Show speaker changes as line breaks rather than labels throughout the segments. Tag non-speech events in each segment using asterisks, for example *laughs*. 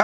อ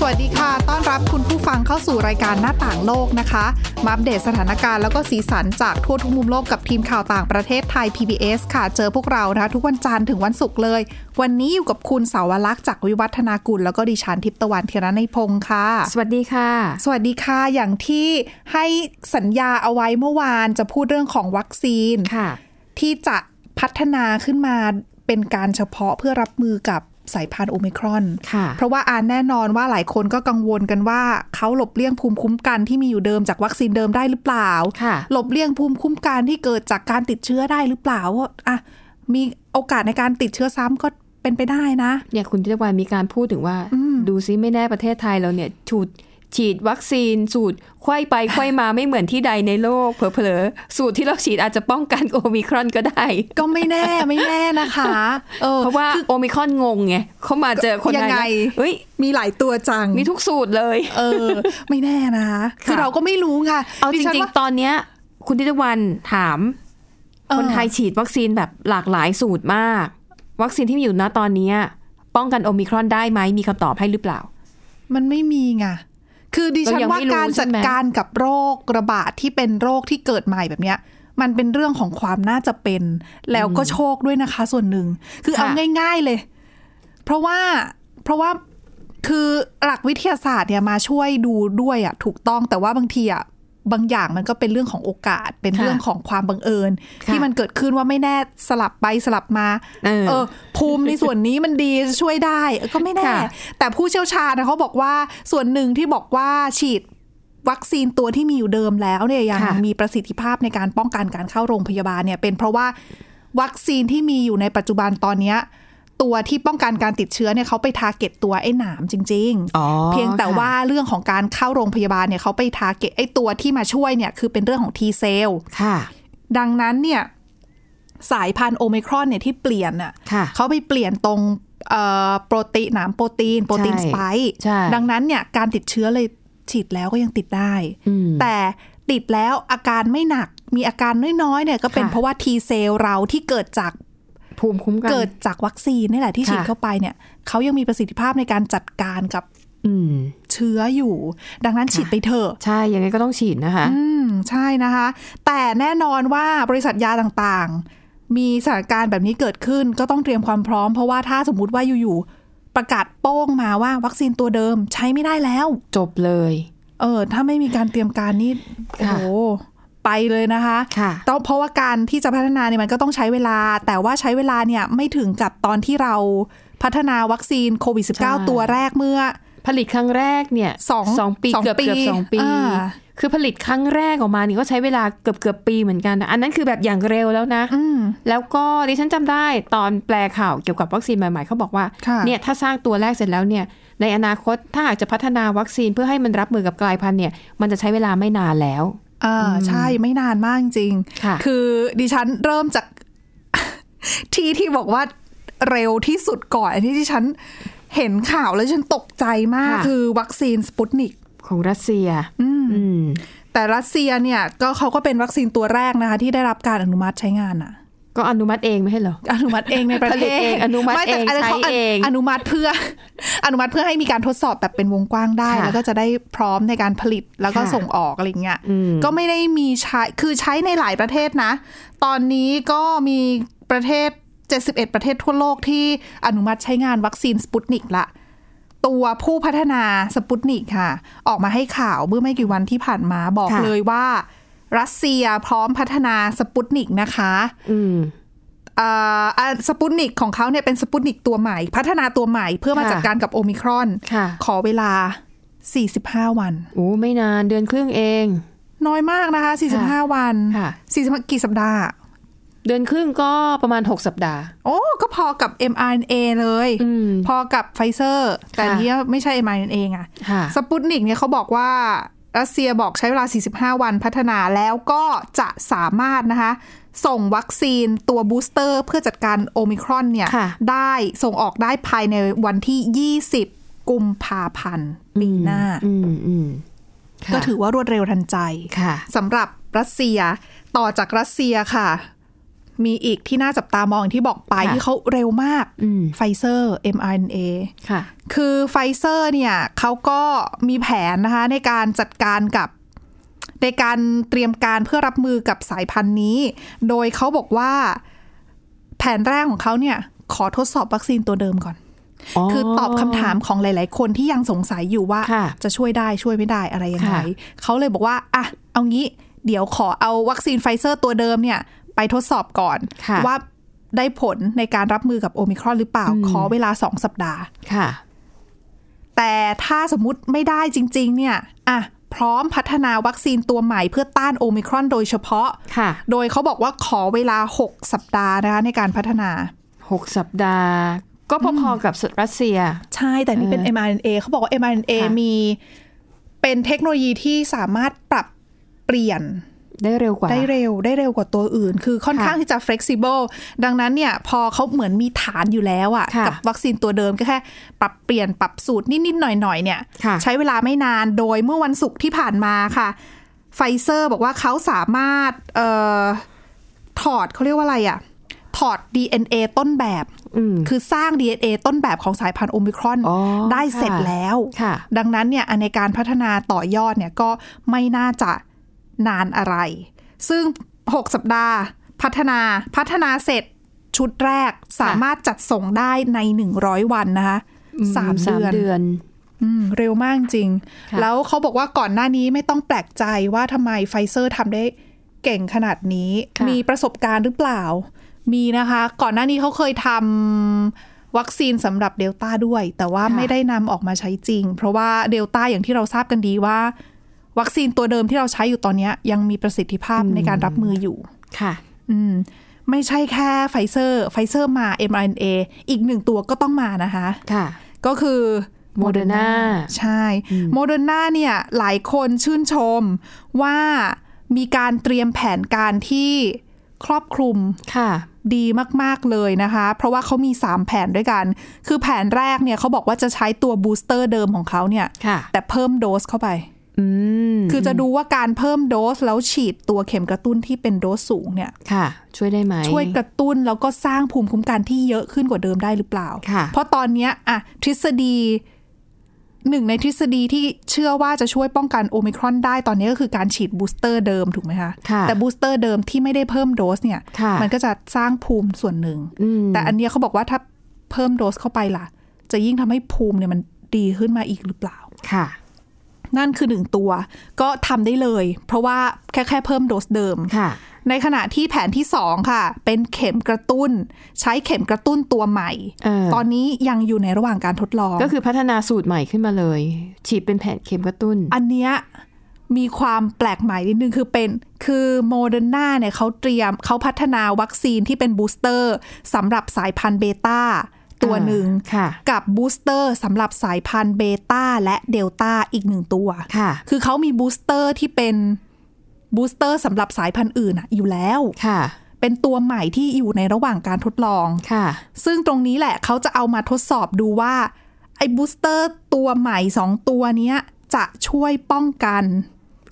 สวัสดีค่ะ ต้อนรับคุณผู้ฟังเข้าสู่รายการหน้าต่างโลกนะคะ มาอัปเดตสถานการณ์แล้วก็สีสันจากทั่วทุกมุมโลกกับทีมข่าวต่างประเทศไทย PBS ค่ะ เจอพวกเรานะคะทุกวันจันทร์ถึงวันศุกร์เลย วันนี้อยู่กับคุณเสาวลักษณ์จากวิวัฒนากุล แล้วก็ดิฉันทิพย์ตะวันเทยระในยพงค์ค่ะ
สวัสดีค่ะ
สวัสดีค่ะ อย่างที่ให้สัญญาเอาไว้เมื่อวานจะพูดเรื่องของวัคซีน
ค่ะ
ที่จะพัฒนาขึ้นมาเป็นการเฉพาะเพื่อรับมือกับสายพันธุ์โอมิครอน
ค่ะ
เพราะว่าอ่านแน่นอนว่าหลายคนก็กังวลกันว่าเขาหลบเลี่ยงภูมิคุ้มกันที่มีอยู่เดิมจากวัคซีนเดิมได้หรือเปล่า
ค่ะ
หลบเลี่ยงภูมิคุ้มกันที่เกิดจากการติดเชื้อได้หรือเปล่าว่าอ่ะมีโอกาสในการติดเชื้อซ้ำก็เป็นไปได้นะ
เนี่ยคุณทิตวานมีการพูดถึงว่า
อืม
ดูซิไม่แน่ประเทศไทยเราเนี่ยฉูดฉีดวัคซีน สูตรไขว้ไป ไขว้มาไม่เหมือนที่ใดในโลก เผลอๆ สูตรที่เราฉีดอาจจะป้องกันโอมิครอนก็ได้
ก็ไม่แน่ไม่แน่นะคะ เออ
*laughs* เพราะว่าโอมิครอนงงไงเขามาเจอคน
ยังไง
ทนะเฮ้ย
มีหลายตัวจัง
มีทุกสูตรเลย
เออ ไม่แน่นะคะ
ค่ะ
คือเราก็ไม่รู้ค่ะ
เอาจ
ดิฉัน
ริง
ว่า
ๆ ตอนเนี้ย คุณทิตวันถาม
เออ
คนไทยฉีดวัคซีนแบบหลากหลายสูตรมาก วัคซีนที่มีอยู่ณตอนเนี้ยป้องกันโอมิครอนได้ไหมมีคำตอบให้หรือเปล่า
มันไม่มีไง คือดิฉัน
เรายัง
ว่า
ไม่รู้
การจัด
ใช่ไหม
การกับโรคระบาดที่เป็นโรคที่เกิดใหม่แบบเนี้ย มันเป็นเรื่องของความน่าจะเป็น แล้วก็โชคด้วยนะคะ ส่วนหนึ่ง คือเอาง่าย ๆเลย เพราะว่าเพราะว่าคือหลักวิทยาศาสตร์เนี่ยมาช่วยดูด้วยอะถูกต้องแต่ว่าบางทีอะบางอย่างมันก็เป็นเรื่องของโอกาส เป็น
ค่ะ
เรื่องของความบังเอิญ
ค่ะ
ที่มันเกิดขึ้นว่าไม่แน่สลับไปสลับมา
เออ
อภูมิในส่วนนี้มันดีช่วยได้เออก็ไม่แน่
ค่ะ
แต่ผู้เชี่ยวชาญนะเขาบอกว่าส่วนหนึ่งที่บอกว่าฉีดวัคซีนตัวที่มีอยู่เดิมแล้วเนี่ยยัง
ค่ะ
มีประสิทธิภาพในการป้องกันการเข้าโรงพยาบาลเนี่ยเป็นเพราะว่าวัคซีนที่มีอยู่ในปัจจุบันตอนเนี้ยตัวที่ป้องกันการติดเชื้อเนี่ยเขาไปทาร์เก็ตตัวไอ้หนามจริง ๆ
อ๋อ
เพียงแต่
ค่ะ
ว่าเรื่องของการเข้าโรงพยาบาลเนี่ยเขาไปทาร์เก็ตไอ้ตัวที่มาช่วยเนี่ยคือเป็นเรื่องของ T เซล
ค่ะ
ดังนั้นเนี่ยสายพันธุ์โอมิครอนเนี่ยที่เปลี่ยนน่ะ
ค่ะ
เขาไปเปลี่ยนตรงเอ่อโปรตีนหนามโปรตีน โปรตีน
ใช่
สไปค์
ใช่
ดังนั้นเนี่ยการติดเชื้อเลยฉีดแล้วก็ยังติดได้
อืม
แต่ติดแล้วอาการไม่หนักมีอาการน้อยๆเนี่ยก็เป็น
ค่ะ
เพราะว่า T เซลเราที่เกิดจาก
ภูมิคุ้มกัน
เกิดจากวัคซีนนี่แหละที่
ค่ะ
ฉีดเข้าไปเนี่ยเขายังมีประสิทธิภาพในการจัดการกับ
อืม
เชื้ออยู่ ดังนั้นฉีดไปเถอะ
ใช่ ยังไงก็ต้องฉีดนะคะ
อืม ใช่นะคะ แต่แน่นอนว่าบริษัทยาต่างๆ มีสถานการณ์แบบนี้เกิดขึ้นก็ต้องเตรียมความพร้อมเพราะว่าถ้าสมมุติว่าอยู่ๆประกาศโป้งมาว่าวัคซีนตัวเดิมใช้ไม่ได้แล้ว
จบเลย
เออ ถ้าไม่มีการเตรียมการนี่โอ้
ค่ะ
โหไปเลยนะคะ
ค่ะ
ต้องเพราะว่าการที่จะพัฒนาเนี่ยมันก็ต้องใช้เวลา แต่ว่าใช้เวลาเนี่ยไม่ถึงกับตอนที่เราพัฒนาวัคซีนโควิด -19 ตัวแรกเมื่อ
ผลิตครั้งแรกเนี่ย
สอง
สองปี
สอง
เกือบ
ปี
เกือบสองปี
อ่า
คือผลิตครั้งแรกออกมานี่ก็ใช้เวลาเกือบเกือบปีเหมือนกันนะอันนั้นคือแบบอย่างเร็วแล้วนะ
อืม
แล้วก็ดิฉันจำได้ตอนแปลข่าวเกี่ยวกับวัคซีนใหม่ๆเขาบอกว่า
ค่ะ
เนี่ยถ้าสร้างตัวแรกเสร็จแล้วเนี่ย ในอนาคตถ้าหากจะพัฒนาวัคซีนเพื่อให้มันรับมือกับกลายพันธุ์เนี่ย มันจะใช้เวลาไม่นานแล้ว
อ่าใช่ไม่นานมากจริง
ค่ะ
คือดิฉันเริ่มจาก *laughs* ที่ที่บอกว่าเร็วที่สุดก่อนอันนี้ที่ฉันเห็นข่าวแล้วฉันตกใจมาก
ค่ะ
คือวัคซีนสปุตนิก
ของรัสเซีย อืม
แต่รัสเซียเนี่ยก็เขาก็เป็นวัคซีนตัวแรกนะคะ ที่ได้รับการอนุมัติใช้งานอ่ะ
ก็อนุมัติเองไม่ใช่เหรอ
อนุมัติเองในประเท
ผลิตเอ
ศ
งอนุมัติ
ไแต่
เอง
นนั้นขา
ใช้เอง
อนุมัติเพื่อ *laughs* อนุมัติเพื่อให้มีการทดสอบแบบเป็นวงกว้างได้
ค่ะ
แล้วก็จะได้พร้อมในการผลิตแล้วก็
ค่ะ
ส่งออกอะไรอย่างเงี้ย
อืม
ก็ไม่ได้มีใช้คือใช้ในหลายประเทศนะ ตอนนี้ก็มีประเทศ 71 ประเทศทั่วโลกที่อนุมัติใช้งานวัคซีนสปุตนิกละ ตัวผู้พัฒนาสปุตนิกค่ะ ออกมาให้ข่าวเมื่อไม่กี่วันที่ผ่านมาบอก
ค่ะ
เลยว่า รัสเซียพร้อมพัฒนาสปุตนิกนะคะ
อืม
อ่าอ่าสปุตนิกของเขาเนี่ยเป็นสปุตนิกตัวใหม่ พัฒนาตัวใหม่เพื่อมา
ค่ะ
จัดการกับโอมิครอน
ค่ะ
ขอเวลา 45 วัน
โอ้ไม่นานเดือนครึ่งเอง
น้อยมากนะคะ 45 วัน
ค่ะ
40กี่สัปดาห์
เดือนครึ่งก็ประมาณ 6 สัปดาห์
โอ้ ก็พอกับ mRNA เลย
อืม
พอกับไฟเซอร์ แต่
ค่ะ
อันนี้ไม่ใช่ mRNA ไง
ค่ะ
สปุตนิกเนี่ยเขาบอกว่ารัสเซียบอกใช้เวลา 45 วันพัฒนาแล้วก็จะสามารถนะคะ ส่งวัคซีนตัวบูสเตอร์ เพื่อจัดการโอมิครอนเนี่ย
ค่ะ
ได้ส่งออกได้ภายในวันที่ 20 กุมภาพันธ์ปีหน้า
อืมอืมค่ะ
ก็ถือว่ารวดเร็วทันใจ
ค่ะ
สำหรับรัสเซียต่อจากรัสเซียค่ะ มีอีกที่น่าจับตามองที่บอกไป
ค่ะ
ที่เขาเร็วมาก
อืม
ไฟเซอร์ mRNA
ค่ะ
คือไฟเซอร์เนี่ยเขาก็มีแผนนะคะในการจัดการกับในการเตรียมการเพื่อรับมือกับสายพันธุ์นี้ โดยเขาบอกว่าแผนแรกของเขาเนี่ยขอทดสอบวัคซีนตัวเดิมก่อน คือตอบคำถามของหลาย ๆ คนที่ยังสงสัยอยู่ว่า
ค่ะ
จะช่วยได้ช่วยไม่ได้อะไรยังไง
ค่ะ
เขาเลยบอกว่าอ่ะเอางี้ เดี๋ยวขอเอาวัคซีนไฟเซอร์ตัวเดิมเนี่ย ไปทดสอบก่อน
ค่ะ
ว่าได้ผลในการรับมือกับโอมิครอนหรือเปล่า ขอเวลา 2 สัปดาห์
ค่ะ
แต่ถ้าสมมติไม่ได้จริง ๆ เนี่ยอ่ะพร้อมพัฒนาวัคซีนตัวใหม่เพื่อต้านโอมิครอนโดยเฉพาะ
ค่ะ
โดยเขาบอกว่าขอเวลา 6 สัปดาห์นะคะในการพัฒนา
หกสัปดาห์ ก็พอๆกับรัสเซีย
ใช่ แต่นี่เป็น
เออ
mRNA เขาบอกว่า mRNA
ค่ะ
มีเป็นเทคโนโลยีที่สามารถปรับเปลี่ยน
ได้เร็วกว่า
ได้เร็วได้เร็วกว่าตัวอื่น คือค่อน
ค่ะ
ข้างที่จะ flexible ดังนั้นเนี่ยพอเขาเหมือนมีฐานอยู่แล้วอะ
ค่ะ
กับวัคซีนตัวเดิมก็แค่ปรับเปลี่ยนปรับสูตรนิด ๆ หน่อย ๆ เนี่ย
ค่ะ
ใช้เวลาไม่นานโดยเมื่อวันศุกร์ที่ผ่านมาค่ะไฟเซอร์บอกว่าเขาสามารถเออถอดเขาเรียกว่าอะไรอะถอด DNA ต้นแบบ
อืม
คือสร้าง DNA ต้นแบบของสายพันธุ์โอมิครอน
อ๋อ
ได้เสร็จ
ค่ะ
แล้ว
ค่ะ
ดังนั้นเนี่ยในการพัฒนาต่อยอดเนี่ยก็ไม่น่าจะนานอะไร ซึ่ง 6 สัปดาห์ พัฒนาพัฒนาเสร็จชุดแรกสามารถจัดส่งได้ใน 100 วันนะคะสามเดือน อืมเร็วมากจริง
ค่ะ
แล้วเขาบอกว่าก่อนหน้านี้ไม่ต้องแปลกใจว่าทำไมไฟเซอร์ทำได้เก่งขนาดนี้
ค่ะ
มีประสบการณ์หรือเปล่า มีนะคะ ก่อนหน้านี้เขาเคยทำวัคซีนสำหรับเดลต้าด้วย แต่ว่าไม่ได้นำออกมาใช้จริง เพราะว่าเดลต้าอย่างที่เราทราบกันดีว่า วัคซีนตัวเดิมที่เราใช้อยู่ตอนเนี้ยยังมีประสิทธิภาพในการรับมืออยู่
ค่ะ
อืมไม่ใช่แค่ไฟเซอร์ ไฟเซอร์มา mRNA อีกหนึ่งตัวก็ต้องมานะคะ
ค่ะ
ก็คือ
Moderna
ใช่โมเดอร์นาเนี่ยหลายคนชื่นชมว่ามีการเตรียมแผนการที่ครอบคลุม
ค่ะ
ดีมาก ๆ เลยนะคะ เพราะว่าเขามี 3 แผนด้วยกัน คือแผนแรกเนี่ยเขาบอกว่าจะใช้ตัวบูสเตอร์เดิมของเขาเนี่ย
ค่ะ
แต่เพิ่มโดสเข้าไป
อืม
คือจะดูว่าการเพิ่มโดสแล้วฉีดตัวเข็มกระตุ้นที่เป็นโดสสูงเนี่ย
ค่ะ ช่วยได้ไหม
ช่วยกระตุ้นแล้วก็สร้างภูมิคุ้มกันที่เยอะขึ้นกว่าเดิมได้หรือเปล่า
ค่ะ
เพราะตอนเนี้ยอะทฤษฎีหนึ่งในทฤษฎีที่เชื่อว่าจะช่วยป้องกันโอมิครอนได้ตอนนี้ก็คือการฉีดบูสเตอร์เดิมถูกไหมคะ
ค่ะ
แต่บูสเตอร์เดิมที่ไม่ได้เพิ่มโดสเนี่ย
ค่ะ
มันก็จะสร้างภูมิส่วนหนึ่ง
อืม
แต่อันเนี้ยเขาบอกว่าถ้าเพิ่มโดสเข้าไปล่ะ จะยิ่งทำให้ภูมิเนี่ยมันดีขึ้นมาอีกหรือเปล่า
ค่ะ
นั่นคือหนึ่งตัวก็ทำได้เลย เพราะว่าแค่แค่เพิ่มโดสเดิม
ค่ะ
ในขณะที่แผนที่ 2 ค่ะ เป็นเข็มกระตุ้น ใช้เข็มกระตุ้นตัวใหม่
เออ
ตอนนี้ยังอยู่ในระหว่างการทดลอง
ก็คือพัฒนาสูตรใหม่ขึ้นมาเลย ฉีดเป็นแผ่นเข็มกระตุ้น
อันเนี้ยมีความแปลกใหม่นิดนึงคือเป็นคือโมเดอร์นาเนี่ยเขาเตรียมเขาพัฒนาวัคซีนที่เป็นบูสเตอร์สำหรับสายพันธุ์เบต้าตัวหนึ่ง
อ่าค่ะ
กับบูสเตอร์สำหรับสายพันธุ์เบต้าและเดลต้าอีกหนึ่งตัว
ค่ะ
คือเขามีบูสเตอร์ที่เป็นบูสเตอร์สำหรับสายพันธุ์อื่นอะอยู่แล้ว
ค่ะ
เป็นตัวใหม่ที่อยู่ในระหว่างการทดลอง
ค่ะ
ซึ่งตรงนี้แหละเขาจะเอามาทดสอบดูว่า ไอ้บูสเตอร์ตัวใหม่ 2 ตัวเนี้ย จะช่วยป้องกัน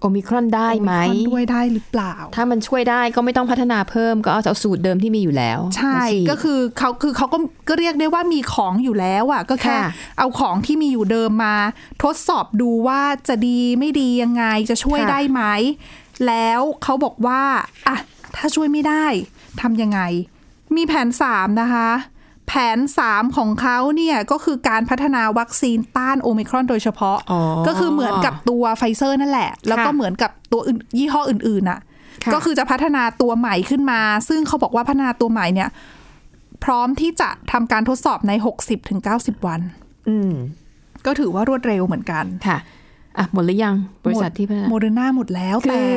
โอมิครอนได้ไหม
โอครอนด้วยได้หรือเปล่า
ถ้ามันช่วยได้ก็ไม่ต้องพัฒนาเพิ่มก็เอาเอาสูตรเดิมที่มีอยู่แล้ว
ใช่
มาฉีด
ก็คือเขาคือเขาก็ก็เรียกได้ว่ามีของอยู่แล้วอะก็แค่
ค่ะ
เอาของที่มีอยู่เดิมมา ทดสอบดูว่าจะดีไม่ดียังไงจะช่วยได้ไหม แล้วเขาบอกว่าอ่ะถ้าช่วยไม่ได้ทำยังไง มีแผน 3 นะคะ แผน 3 ของเขาเนี่ยก็คือการพัฒนาวัคซีนต้านโอมิครอนโดยเฉพาะ
อ๋อ
ก็คือเหมือนกับตัวไฟเซอร์นั่นแหละ แล้วก็เหมือนกับตัวอื่นยี่ห้ออื่นๆน่ะ
ค่ะ
ก็คือจะพัฒนาตัวใหม่ขึ้นมา ซึ่งเขาบอกว่าพัฒนาตัวใหม่เนี่ย พร้อมที่จะทำการทดสอบใน 60-90 วัน
อืม
ก็ถือว่ารวดเร็วเหมือนกัน
ค่ะ อ่ะ หมดหรือยัง บริษัทที่พัฒนา
โมเดอร์นาหมดแล้ว
คื
แต่
อ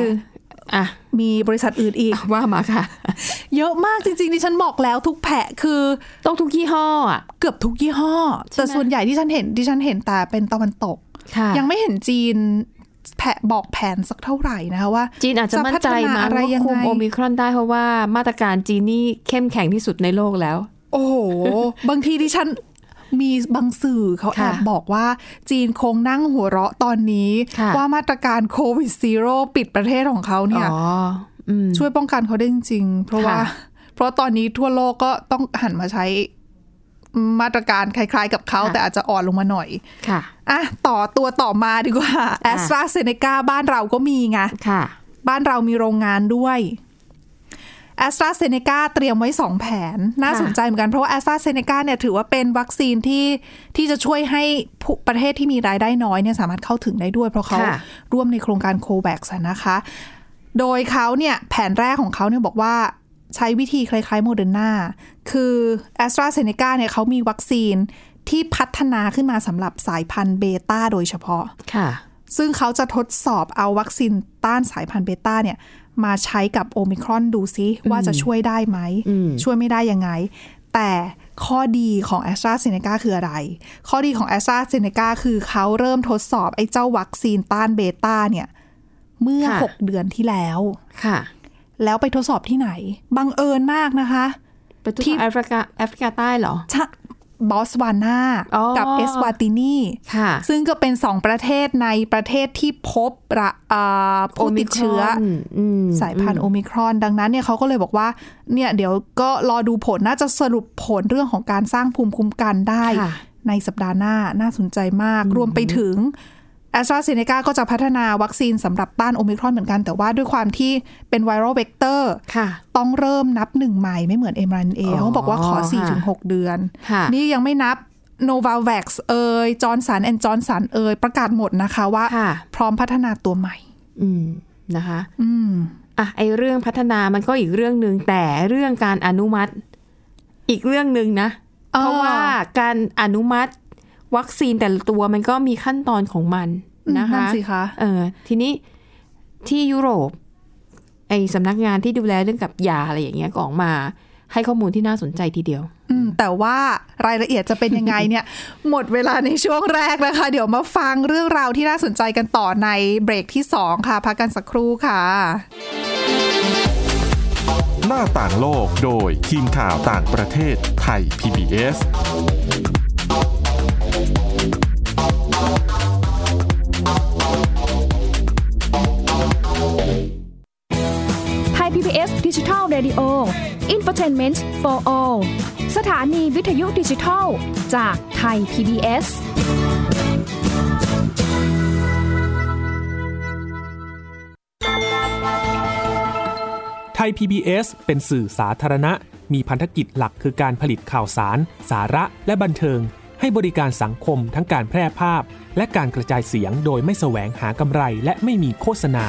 อ่ะ
มีบริษัทอื่นอีก
ว่ามาค่ะ
เยอะมากจริงๆดิฉันบอกแล้วทุกแผะคือ
ต้องทุกยี่ห้ออ่ะ
เกือบทุกยี่ห้อ
ใช่ไหม
แต่ส่วนใหญ่ที่ฉันเห็นดิฉันเห็นแต่เป็นตะวันตก
ค่ะ
ยังไม่เห็นจีนแผะบอกแผนสักเท่าไหร่นะคะว่า
จีนอาจจะมั่นใจ
จะพัฒนา
มา
อะไร
คว
ยั
บคุม
งไง
โอมิครอนได้เพราะว่ามาตรการจีนนี่เข้มแข็งที่สุดในโลกแล้ว
โอ้โห บางทีดิฉัน มีบางสื่อเขาแอ
ค่ะ
บบอกว่าจีนคงนั่งหัวเราะตอนนี้
ค่ะ
ว่ามาตรการโควิดซีโร่ปิดประเทศของเขาเนี่ย
อ๋ออืม
ช่วยป้องกันเขาได้จริงๆ เพราะ
ค่ะ
ว่า เพราะตอนนี้ทั่วโลกก็ต้องหันมาใช้มาตรการคล้ายๆกับเขา แต่อาจจะอ่อนลงมาหน่อย
ค่ะ
อ่ะต่อตัวต่อมาดีกว่าแอสตราเซเนกาบ้านเราก็มีไง
ค่ะ
บ้านเรามีโรงงานด้วย a s t r a z เซ e c a เตรียมไว้ 2 แผน น่า
ค่ะ
สนใจเหมือนกัน เพราะว่า a s t r a z เซ e c a เนี่ยถือว่าเป็นวัคซีนที่ที่จะช่วยให้ผู้ประเทศที่มีรายได้น้อยเนี่ยสามารถเข้าถึงได้ด้วย เพราะเขา
ค่ะ
ร่วมในโครงการโค v ว x นะคะ โดยเขาเนี่ยแผนแรกของเขาเนี่ยบอกว่าใช้วิธีคล้ายๆโมเดอร์นาคือ a s t r a z เซ e c a เนี่ยเขามีวัคซีนที่พัฒนาขึ้นมาสำหรับสายพันธุ์เบต้าโดยเฉพาะ
ค่ะ
ซึ่งเขาจะทดสอบเอาวัคซีนต้านสายพันธุ์เบต้าเนี่ย มาใช้กับโอมิครอนดูซิว่าจะช่วยได้ไหม
อืม
ช่วยไม่ได้ยังไง แต่ข้อดีของ a s t r a z เซ e c a คืออะไร ข้อดีของ a s t r a z เซ e c a คือเขาเริ่มทดสอบไอ้เจ้าวัคซีนต้านเบต้าเนี่ย เมื่อ
ค่ะ
6 เดือนที่แล้ว
ค่ะ
แล้วไปทดสอบที่ไหน บังเอิญมากนะคะ
ไปทดสอบแอฟริกาแอฟริกาใต้เหรอ
ชะบอสวานา
อ๋อ
กับเอสวาตินี
ค่ะ
ซึ่งก็เป็นสองประเทศในประเทศที่พบระอ่าผู้ติดเชื้อ
Omicron ม
สายพันธุ์โอมิครอน ดังนั้นเนี่ยเขาก็เลยบอกว่าเนี่ยเดี๋ยวก็รอดูผลน่าจะสรุปผลเรื่องของการสร้างภูมิคุ้มกันได้
ค่ะ
ในสัปดาห์หน้าน่าสนใจมาก รวมไปถึง a s t r a z เซ e c a ก็จะพัฒนาวัคซีนสำหรับต้านโอมิครอนเหมือนกัน แต่ว่าด้วยความที่เป็นไวรัลเวกเตอร์
ค่ะ
ต้องเริ่มนับหนึ่งใหม่ไม่เหมือน m r n a
อ๋อ
เขาบอกว่าขอ
ค่ะ
4-6 เดือน
ค่ะ
นี่ยังไม่นับ Novavax เอ่ยจอร์นสันแอนจอร์นสันเอ่ยประกาศหมดนะคะว่า
ค่ะ
พร้อมพัฒนาตัวใหม่
อืม นะคะ
อืม
อ่ะ ไอเรื่องพัฒนามันก็อีกเรื่องหนึ่งแต่เรื่องการอนุมัติ อีกเรื่องหนึ่งนะ
เออ
เพราะว่าการอนุมัติ วัคซีนแต่ละตัวมันก็มีขั้นตอนของมันนะ
นั่น
คะ
สิคะ
เออทีนี้ที่ยุโรป ไอสำนักงานที่ดูแลเรื่องกับยาอะไรอย่างเงี้ยก็ออกมา ให้ข้อมูลที่น่าสนใจทีเดียว
อืมแต่ว่ารายละเอียดจะเป็นยังไงเนี่ย *laughs* หมดเวลาในช่วงแรกนะคะ เดี๋ยวมาฟังเรื่องราวที่น่าสนใจกันต่อในเบรกที่ 2 ค่ะ พักกันสักครู่ค่ะ
หน้าต่างโลกโดยทีมข่าวต่างประเทศไทย PBS
ไทย PBS ดิจิทัล Radio Infotainment for All สถานีวิทยุดิจิทัลจากไทย PBS
ไทย PBS เป็นสื่อสาธารณะ มีพันธกิจหลักคือการผลิตข่าวสาร สาระและบันเทิง ให้บริการสังคมทั้งการแพร่ภาพ และการกระจายเสียงโดยไม่แสวงหากำไรและไม่มีโฆษณา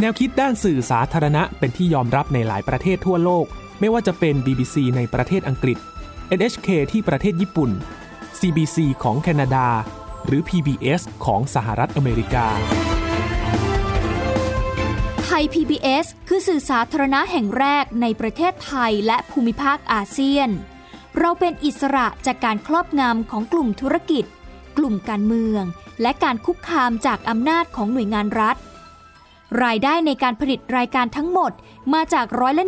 แนวคิดด้านสื่อสาธารณะเป็นที่ยอมรับในหลายประเทศทั่วโลก ไม่ว่าจะเป็น BBC ในประเทศอังกฤษ NHK ที่ประเทศญี่ปุ่น CBC ของแคนาดา หรือ PBS ของสหรัฐอเมริกา
ไทย PBS คือสื่อสาธารณะแห่งแรกในประเทศไทยและภูมิภาคอาเซียน เราเป็นอิสระจากการครอบงำของกลุ่มธุรกิจ กลุ่มการเมือง และการคุกคามจากอำนาจของหน่วยงานรัฐ รายได้ในการผลิตรายการทั้งหมดมาจากร้อยละ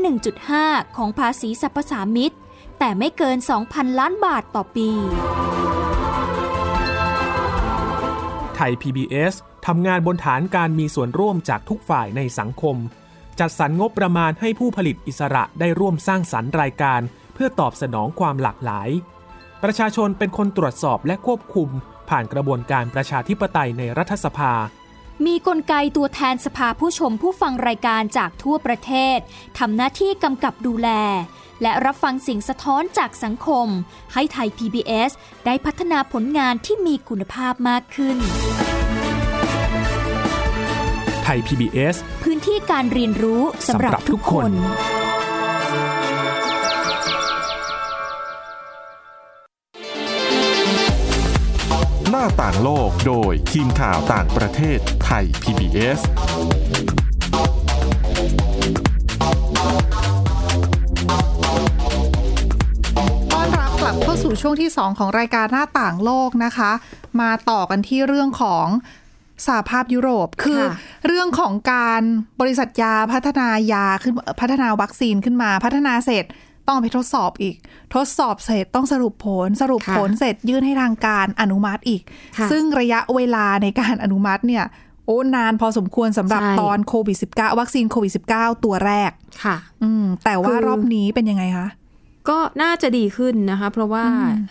1.5 ของภาษีสรรพสามิตแต่ไม่เกิน 2,000 ล้านบาทต่อปี
ไทย PBS ทำงานบนฐานการมีส่วนร่วมจากทุกฝ่ายในสังคม จัดสรรงบประมาณให้ผู้ผลิตอิสระได้ร่วมสร้างสรรค์รายการ เพื่อตอบสนองความหลากหลาย ประชาชนเป็นคนตรวจสอบและควบคุม ผ่านกระบวนการประชาธิปไตยในรัฐสภา
มีกลไกตัวแทนสภาผู้ชมผู้ฟังรายการจากทั่วประเทศทำหน้าที่กำกับดูแล และรับฟังเสิ่งสะท้อนจากสังคม ให้ไทย PBS ได้พัฒนาผลงานที่มีคุณภาพมากขึ้น
ไทย PBS
พื้นที่การเรียนรู้สำหรับทุกคน
หน้าต่างโลกโดยทีมข่าวต่างประเทศไทย PBS
ต้อนรับกลับเข้าสู่ช่วงที่ 2 ของรายการหน้าต่างโลกนะคะ มาต่อกันที่เรื่องของสหภาพยุโรป คือ
ค่ะ
เรื่องของการบริษัทยาพัฒนายาขึ้นพัฒนาวัคซีนขึ้นมาพัฒนาเสร็จ ต้องเอาไปทดสอบอีก ทดสอบเสร็จต้องสรุปผล สรุปผลเสร็จยื่นให้ทางการอนุมัติอีก
ค่ะ
ซึ่งระยะเวลาในการอนุมัติเนี่ยโอ้นานพอสมควรสำหรับ
ใช่
ตอนโควิด -19 วัคซีนโควิด -19 ตัวแรก
ค่ะ
อืม แต่ว่า
คือ
รอบนี้เป็นยังไงคะ
ก็น่าจะดีขึ้นนะคะ เพราะว่า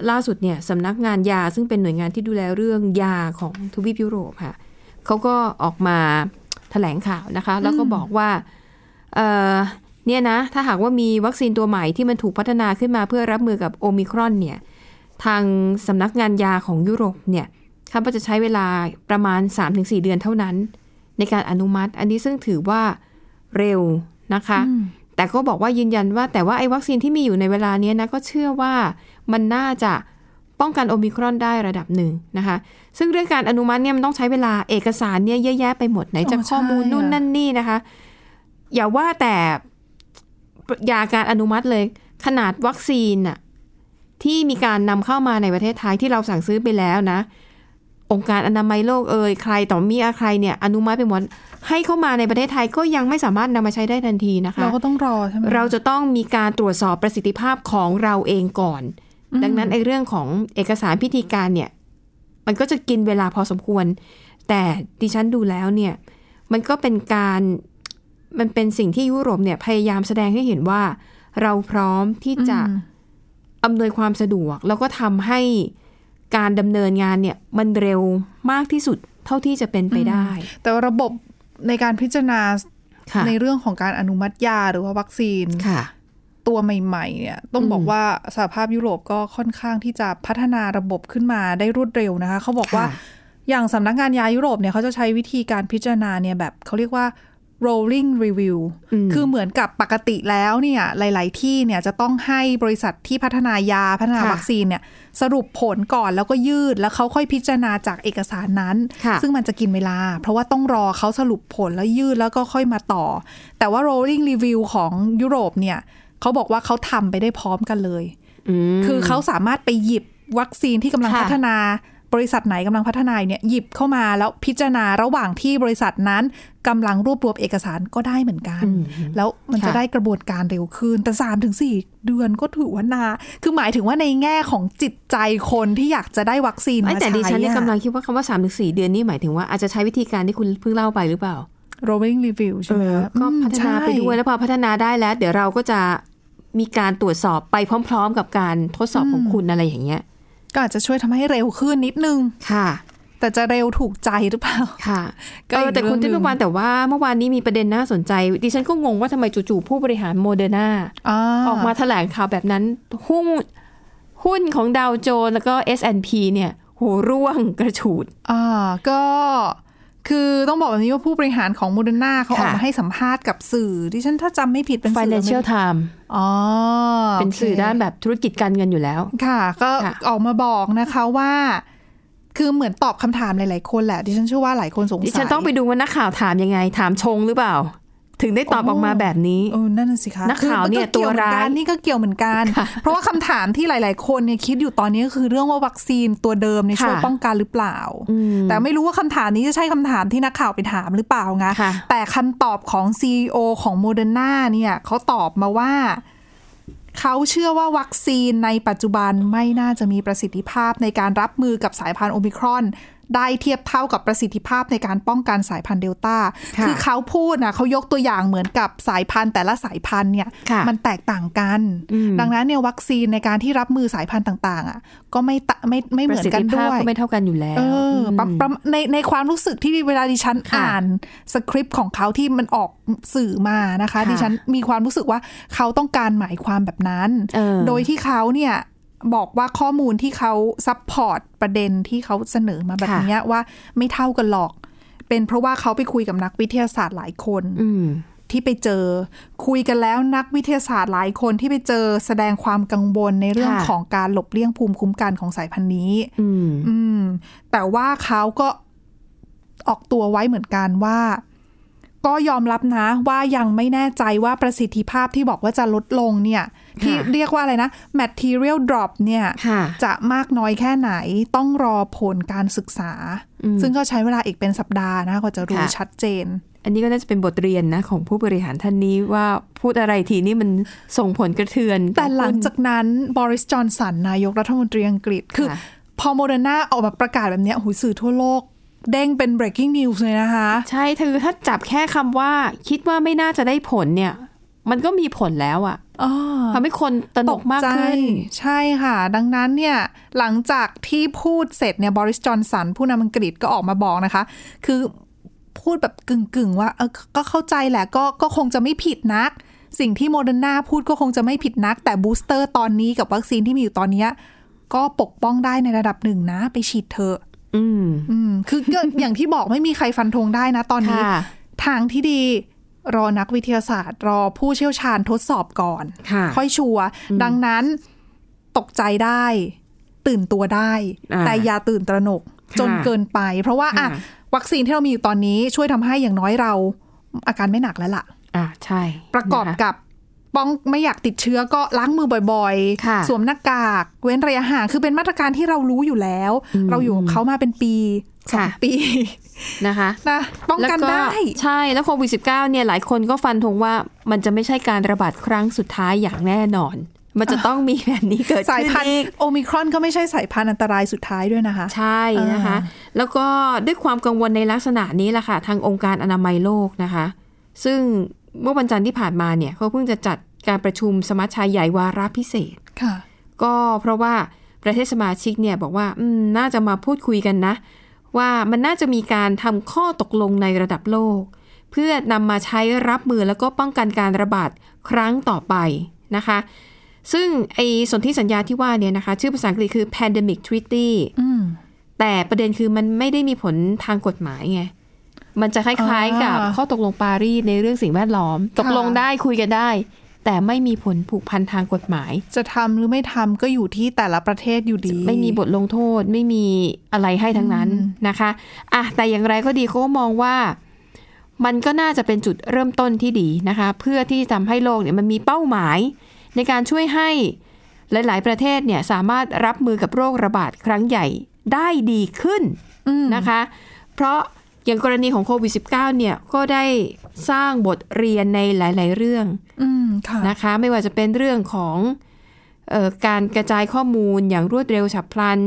ล่าสุดเนี่ยสำนักงานยาซึ่งเป็นหน่วยงานที่ดูแลเรื่องยาของทวีปยุโรปค่ะเขาก็ออกมาแถลงข่าวนะคะ แล้วก็บอกว่าเอ่อเนี่ยนะ ถ้าหากว่ามีวัคซีนตัวใหม่ที่มันถูกพัฒนาขึ้นมาเพื่อรับมือกับโอมิครอนเนี่ยทางสำนักงานยาของยุโรปเนี่ยคาดว่าจะใช้เวลาประมาณ 3-4 เดือนเท่านั้น ในการอนุมัติ อันนี้ซึ่งถือว่าเร็วนะคะ แต่ก็บอกว่ายืนยันว่าแต่ว่าไอ้วัคซีนที่มีอยู่ในเวลาเนี้ยนะก็เชื่อว่ามันน่าจะป้องกันโอมิครอนได้ระดับหนึ่งนะคะ ซึ่งเรื่องการอนุมัติเนี่ยมันต้องใช้เวลาเอกสารเนี่ยเยอะแยะไปหมดไหนจะ
อ๋อใช่
ข้อมูลนู่น
อะ
นั่นนี่นะคะ อย่าว่าแต่ยาการอนุมัติเลย ขนาดวัคซีนอะที่มีการนำเข้ามาในประเทศไทยที่เราสั่งซื้อไปแล้วนะ องค์การอนามัยโลกเอ่ยใครต่อมีอะไรใครเนี่ยอนุมัติไปหมดให้เข้ามาในประเทศไทยก็ยังไม่สามารถนำมาใช้ได้ทันทีนะคะ
เราก็ต้องรอใช่ไหม
เราจะต้องมีการตรวจสอบประสิทธิภาพของเราเองก่อน ดังนั้นไอ้เรื่องของเอกสารพิธีการเนี่ย มันก็จะกินเวลาพอสมควร แต่ดิฉันดูแล้วเนี่ย มันก็เป็นการมันเป็นสิ่งที่ยุโรปเนี่ยพยายามแสดงให้เห็นว่า เราพร้อมที่จะ
อืม
อำนวยความสะดวก แล้วก็ทำให้การดำเนินงานเนี่ยมันเร็วมากที่สุดเท่าที่จะเป็นไปได้
แต่ว่าระบบในการพิจารณา
ค่ะ
ในเรื่องของการอนุมัติยาหรือว่าวัคซีน
ค่ะ
ตัวใหม่ๆเนี่ยต้องบอกว่าสหภาพยุโรปก็ค่อนข้างที่จะพัฒนาระบบขึ้นมาได้รวดเร็วนะคะ เขาบอกว่า
ค่ะ
อย่างสำนักงานยายุโรปเนี่ยเขาจะใช้วิธีการพิจารณาเนี่ยแบบเขาเรียกว่า rolling review คือเหมือนกับปกติแล้วเนี่ยหลาย ๆ ที่เนี่ยจะต้องให้บริษัทที่พัฒนายาพัฒนา
ค่ะ
วัคซีนเนี่ยสรุปผลก่อนแล้วก็ยืดแล้วเขาค่อยพิจารณาจากเอกสารนั้น
ค่ะ
ซึ่งมันจะกินเวลา เพราะว่าต้องรอเขาสรุปผลแล้วยืดแล้วก็ค่อยมาต่อ แต่ว่า rolling review ของยุโรปเนี่ยเขาบอกว่าเขาทำไปได้พร้อมกันเลย
อืม
คือเขาสามารถไปหยิบวัคซีนที่กำลัง
ค่ะ
พัฒนา บริษัทไหนกำลังพัฒนาอยู่เนี่ยหยิบเข้ามาแล้วพิจารณาระหว่างที่บริษัทนั้นกำลังรวบรวมเอกสารก็ได้เหมือนกัน แล้วมันจะ
ค่ะ
ได้กระบวนการเร็วขึ้น แต่3าถึงสเดือนก็ถือว่านานคือหมายถึงว่าในแง่ของจิตใจคนที่อยากจะได้วัคซีน
ไอ้
มา
แต่
ใช้
ดิฉันเนี่ย
อะ
กำลังคิดว่าคำว่า3ามถึงสเดือนนี่หมายถึงว่าอาจจะใช้วิธีการที่คุณเพิ่งเล่าไปหรือเปล่า
rolling review ใช่ไหมคะ
ก็
อืม
พัฒนาไป
ใช่
ด้วยแล้วพอพัฒนาได้แล้ว เดี๋ยวเราก็จะมีการตรวจสอบไปพร้อม ๆ กับการทดสอบของคุณอะไรอย่างเงี้ย
ก็อาจจะช่วยทำให้เร็วขึ้นนิดนึง
ค่ะ
แต่จะเร็วถูกใจหรือเปล่า
ค่ะ
ก็
เออ
อีก
แต่คุณ
เรื่อง
ที่
หนึ่ง
เมื่อวานแต่ว่าเมื่อวานนี้มีประเด็นน่าสนใจ ดิฉันก็งงว่าทำไมจู่ๆผู้บริหารโมเดอร์นา
อา
ออกมาแถลงข่าวแบบนั้น หุ้นหุ้นของดาวโจนส์แล้วก็ S&P เนี่ยโหร่วงกระฉูด
อ่าก็คือต้องบอกแบบนี้ว่าผู้บริหารของโมเดอร์นาเขาออก
ค่ะ
มาให้สัมภาษณ์กับสื่อดิฉันถ้าจำไม่ผิดเป็นสื่อ
Financial
อเมริก
Time
าอ๋อ
เป็น
โค
สื่อด้านแบบธุรกิจการเงินอยู่แล้ว
ค่ะก็
ค่ะ
ออกมาบอกนะคะว่า คือเหมือนตอบคำถามหลาย ๆ คนแหละดิฉันเชื่อว่าหลายคนสงสัย
ดิฉันต้องไปดูว่านักข่าวถามยังไง ถามชงหรือเปล่า ถึงได้ตอบออกมาแบบนี้
เออนั่นนะสิคะ
นักข่าว
คือมั
เนี่ยตัวร้าย
เกี่เหมือนกันนี่ก็เกี่ยวเหมือนกัน เพราะว่าคำถามที่หลาย ๆ คนเนี่ยคิดอยู่ตอนนี้ก็คือเรื่องว่าวัคซีนตัวเดิมเนี่ยช่วยป้องกันหรือเปล่า แต่ไม่รู้ว่าคำถามนี้จะใช่คำถามที่นักข่าวไปถามหรือเปล่าไง
ค่ะ
แต่คำตอบของ CEO ของโมเดอร์นาเนี่ยเขาตอบมาว่า เขาเชื่อว่าวัคซีนในปัจจุบันไม่น่าจะมีประสิทธิภาพในการรับมือกับสายพันธุ์โอมิครอน ได้เทียบเท่ากับประสิทธิภาพในการป้องกันสายพันธุ์เดลต้า
ค่ะ
อเขาพูดนะเขายกตัวอย่างเหมือนกับสายพันธุ์แต่ละสายพันธุ์เนี่ย
ค่ะ
มันแตกต่างกัน ดังนั้นเนี่ยวัคซีนในการที่รับมือสายพันธุ์ต่างๆอ่ะก็ไม่ตะไม่ไม่เห
ป
มือ
ระ
น
สิท
กัน
ธิภา
ด้
พ
วย
ก็ไม่เท่ากันอยู่แล้ว
เออประประในในความรู้สึกที่เวลาดิฉัน
ค่ะ
อ่านสคริปต์ของเขาที่มันออกสื่อมานะคะ
ค่ะ
ดิฉันมีความรู้สึกว่าเขาต้องการหมายความแบบนั้น
เออ
โดยที่เขาเนี่ยบอกว่าข้อมูลที่เขาซัพพอร์ตประเด็นที่เขาเสนอมาแบบเนี้ยว่าไม่เท่ากันหรอก เป็นเพราะว่าเขาไปคุยกับนักวิทยาศาสตร์หลายคน
อืม
ที่ไปเจอคุยกันแล้วนักวิทยาศาสตร์หลายคนที่ไปเจอแสดงความกังวลในเรื่อง
ค่ะ
ของการหลบเลี่ยงภูมิคุ้มกันของสายพันธุ์นี้
อืม
อืมแต่ว่าเขาก็ออกตัวไว้เหมือนกันว่า ก็ยอมรับนะว่ายังไม่แน่ใจว่าประสิทธิภาพที่บอกว่าจะลดลงเนี่ย ที่เรียกว่าอะไรนะ material drop เนี่ย
ค่ะ
จะมากน้อยแค่ไหนต้องรอผลการศึกษา ซึ่งก็ใช้เวลาอีกเป็นสัปดาห์นะคะกว่าจะรู้
ค่ะ
ชัดเจน
อันนี้ก็น่าจะเป็นบทเรียนนะของผู้บริหารท่านนี้ว่าพูดอะไรทีนี่มันส่งผลกระเทือน
แต่หลัง
หุ้น
จากนั้นบริสจอนสันนายกรัฐมนตรีอังกฤษ คือ
ค่ะ
พอโมเดอร์นาออกมาประกาศแบบเนี้ยโอ้โหสื่อทั่วโลก เด้งเป็น breaking news เลยนะคะ
ใช่คือถ้าจับแค่คำว่า คิดว่าไม่น่าจะได้ผลเนี่ย มันก็มีผลแล้วอะทำให้คนตระหนกมากขึ้น
ตใจใช่ค่ะ ดังนั้นเนี่ยหลังจากที่พูดเสร็จเนี่ยบริสจอนสันผู้นำอังกฤษก็ออกมาบอกนะคะ คือพูดแบบกึ่งๆ ว่าเออก็เข้าใจแหละก็ก็คงจะไม่ผิดนัก สิ่งที่โมเดอร์นาพูดก็คงจะไม่ผิดนัก แต่บูสเตอร์ตอนนี้กับวัคซีนที่มีอยู่ตอนเนี้ยก็ปกป้องได้ในระดับหนึ่งนะ ไปฉีดเถอะ
อืม
อืมคือก็ *laughs* อย่างที่บอกไม่มีใครฟันธงได้นะตอนนี้
ค่ะ
ทางที่ดีรอนักวิทยาศาสตร์ รอผู้เชี่ยวชาญทดสอบก่อน
ค่ะ
ค่อยชัวร์ดังนั้นตกใจได้ ตื่นตัวได้
อ่า
แต่อย่าตื่นตระหนก
ค่ะ
จนเกินไป เพราะว่าอ่ะ
ค่ะ
วัคซีนที่เรามีอยู่ตอนนี้ช่วยทำให้อย่างน้อยเรา อาการไม่หนักแล้วล่ะ
อ่าใช่
ประกอบ
นค
กับป้องไม่อยากติดเชื้อก็ล้างมือบ่อย
ค่ะ
สวมหน้ากาก เว้นระยะห่างคือเป็นมาตรการที่เรารู้อยู่แล้ว เราอยู่กับเขามาเป็นปีสองปี
นะคะ
นะป้องกันได้
แล้วใช่แล้วโควิด -19 เนี่ยหลายคนก็ฟันธงว่ามันจะไม่ใช่การระบาดครั้งสุดท้ายอย่างแน่นอน มันจะต้องมีแบบนี้เกิด
สาย
ขึ้น
พันธุ์
อีก
โอมิครอนก็ไม่ใช่สายพันธุ์อันตรายสุดท้ายด้วยนะคะ
ใช่นะคะ แล้วก็ด้วยความกังวลในลักษณะนี้ล่ะค่ะ ทางองค์การอนามัยโลกนะคะ ซึ่งเมื่อวันจันทร์ที่ผ่านมาเนี่ยเขาเพิ่งจะจัดการประชุมสมัชชาใหญ่วาระพิเศษ
ค่ะ
ก็เพราะว่าประเทศสมาชิกเนี่ยบอกว่าอืมน่าจะมาพูดคุยกันนะ ว่ามันน่าจะมีการทำข้อตกลงในระดับโลก เพื่อนำมาใช้รับมือแล้วก็ป้องกันการระบาดครั้งต่อไปนะคะ ซึ่งไอ้สนธิสัญญาที่ว่าเนี่ยนะคะ ชื่อภาษาอังกฤษคือ pandemic treaty
อืม
แต่ประเด็นคือมันไม่ได้มีผลทางกฎหมายไง มันจะคล้ายๆกับ
อ่า
ข้อตกลงปารีสในเรื่องสิ่งแวดล้อม ตกลง
ค่ะ
ได้คุยกันได้ แต่ไม่มีผลผูกพันทางกฎหมาย
จะทำหรือไม่ทำก็อยู่ที่แต่ละประเทศอยู่ดี
ไม่มีบทลงโทษไม่มีอะไรให้ทั้งนั้นนะคะอ่ะแต่อย่างไรก็ดีเขาก็มองว่ามันก็น่าจะเป็นจุดเริ่มต้นที่ดีนะคะ เพื่อที่จะทำให้โลกเนี่ยมันมีเป้าหมาย ในการช่วยให้หลาย ๆ ประเทศเนี่ยสามารถรับมือกับโรคระบาดครั้งใหญ่ได้ดีขึ้นนะคะ เพราะอย่างกรณีของโควิด -19 เนี่ยก็ได้สร้างบทเรียนในหลาย ๆ เรื่อง
อืมค่ะ
นะคะไม่ว่าจะเป็นเรื่องของเออการกระจายข้อมูลอย่างรวดเร็วฉับพลัน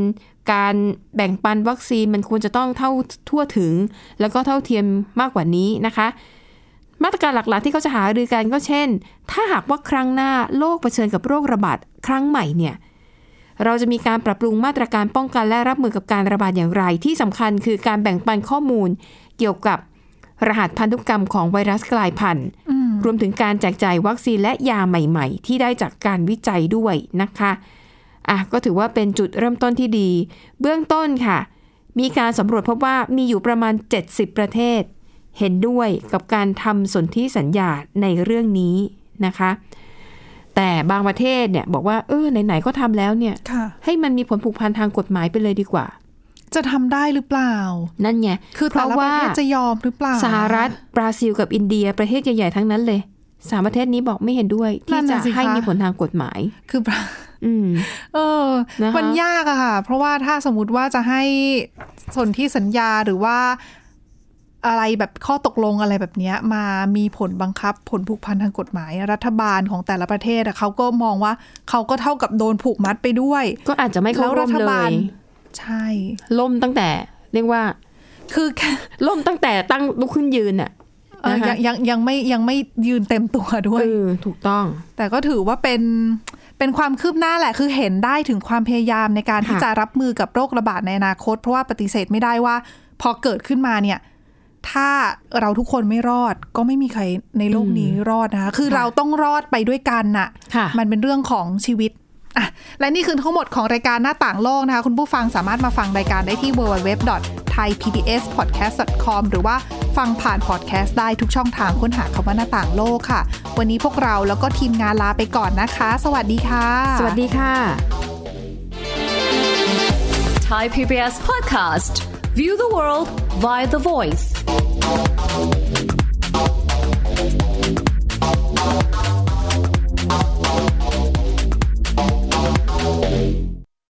การแบ่งปันวัคซีนมันควรจะต้องเท่าทั่วถึง แล้วก็เท่าเทียมมากกว่านี้นะคะ มาตรการหลักๆที่เขาจะหารือกันก็เช่น ถ้าหากว่าครั้งหน้าโลกเผชิญกับโรคระบาดครั้งใหม่เนี่ยเราจะมีการปรับปรุงมาตรการป้องกันและรับมือกับการระบาดอย่างไร ที่สำคัญคือการแบ่งปันข้อมูลเกี่ยวกับรหัสพันธุกรรมของไวรัสกลายพันธุ์ รวมถึงการแจกจ่ายวัคซีนและยาใหม่ ๆ ที่ได้จากการวิจัยด้วยนะคะอ่ะก็ถือว่าเป็นจุดเริ่มต้นที่ดี เบื้องต้นค่ะ มีการสำรวจพบว่ามีอยู่ประมาณ 70 ประเทศ เห็นด้วยกับการทำสนธิสัญญาในเรื่องนี้นะคะ แต่บางประเทศเนี่ยบอกว่าเออไหนๆก็ทำแล้วเนี่ย
ค่ะ
ให้มันมีผลผูกพันทางกฎหมายไปเลยดีกว่า
จะทำได้หรือเปล่า
นั่นไง
คือ
เพ
แต่
ราะ
ละประ
ว่า
เทศจะยอมหรือเปล่า
สหรัฐบราซิลกับอินเดียประเทศใหญ่ ๆ ทั้งนั้นเลยสามประเทศนี้บอกไม่เห็นด้วย ที่จะให้มีผลทางกฎหมาย
คือ *laughs*
อืม
เออ
นะคะ
มันยากอะค่ะ เพราะว่าถ้าสมมติว่าจะให้สนธิสัญญาหรือว่าอะไรแบบข้อตกลงอะไรแบบเนี้ย มามีผลบังคับ ผลผูกพันทางกฎหมาย รัฐบาลของแต่ละประเทศอะเขาก็มองว่าเขาก็เท่ากับโดนผูกมัดไปด้วย
ก็อาจจะไม่เข้าร่วม
แล้วรัฐ
เล
บาล
ย
ใช่
ล่มตั้งแต่ เรียกว่า
คือ
ล่มตั้งแต่ตั้งลุกขึ้นยืนอ่ะ
เอ่อ
นะ
ยั
คะ
งยังยังไม่ยังไม่ยืนเต็มตัวด้วย
เออถูกต้อง
แต่ก็ถือว่าเป็นเป็นความคืบหน้าแหละ คือเห็นได้ถึงความพยายามในการที่
ค่ะ
จะรับมือกับโรคระบาดในอนาคต เพราะว่าปฏิเสธไม่ได้ว่า พอเกิดขึ้นมาเนี่ย ถ้าเราทุกคนไม่รอดก็ไม่มีใครในโลกนี้รอดนะคะคือเราต้องรอดไปด้วยกันน่ะ
ค่ะ
มันเป็นเรื่องของชีวิตอ่ะและนี่คือทั้งหมดของรายการหน้าต่างโลกนะคะ คุณผู้ฟังสามารถมาฟังรายการได้ที่ www.thaipbspodcast.com หรือว่าฟังผ่านพอดแคสต์ได้ทุกช่องทางค้นหาคำว่าหน้าต่างโลกค่ะ วันนี้พวกเราแล้วก็ทีมงานลาไปก่อนนะคะ สวัสดีค่ะ
สวัสดีค่ะ
Thai PBS podcast. View the world via the voice.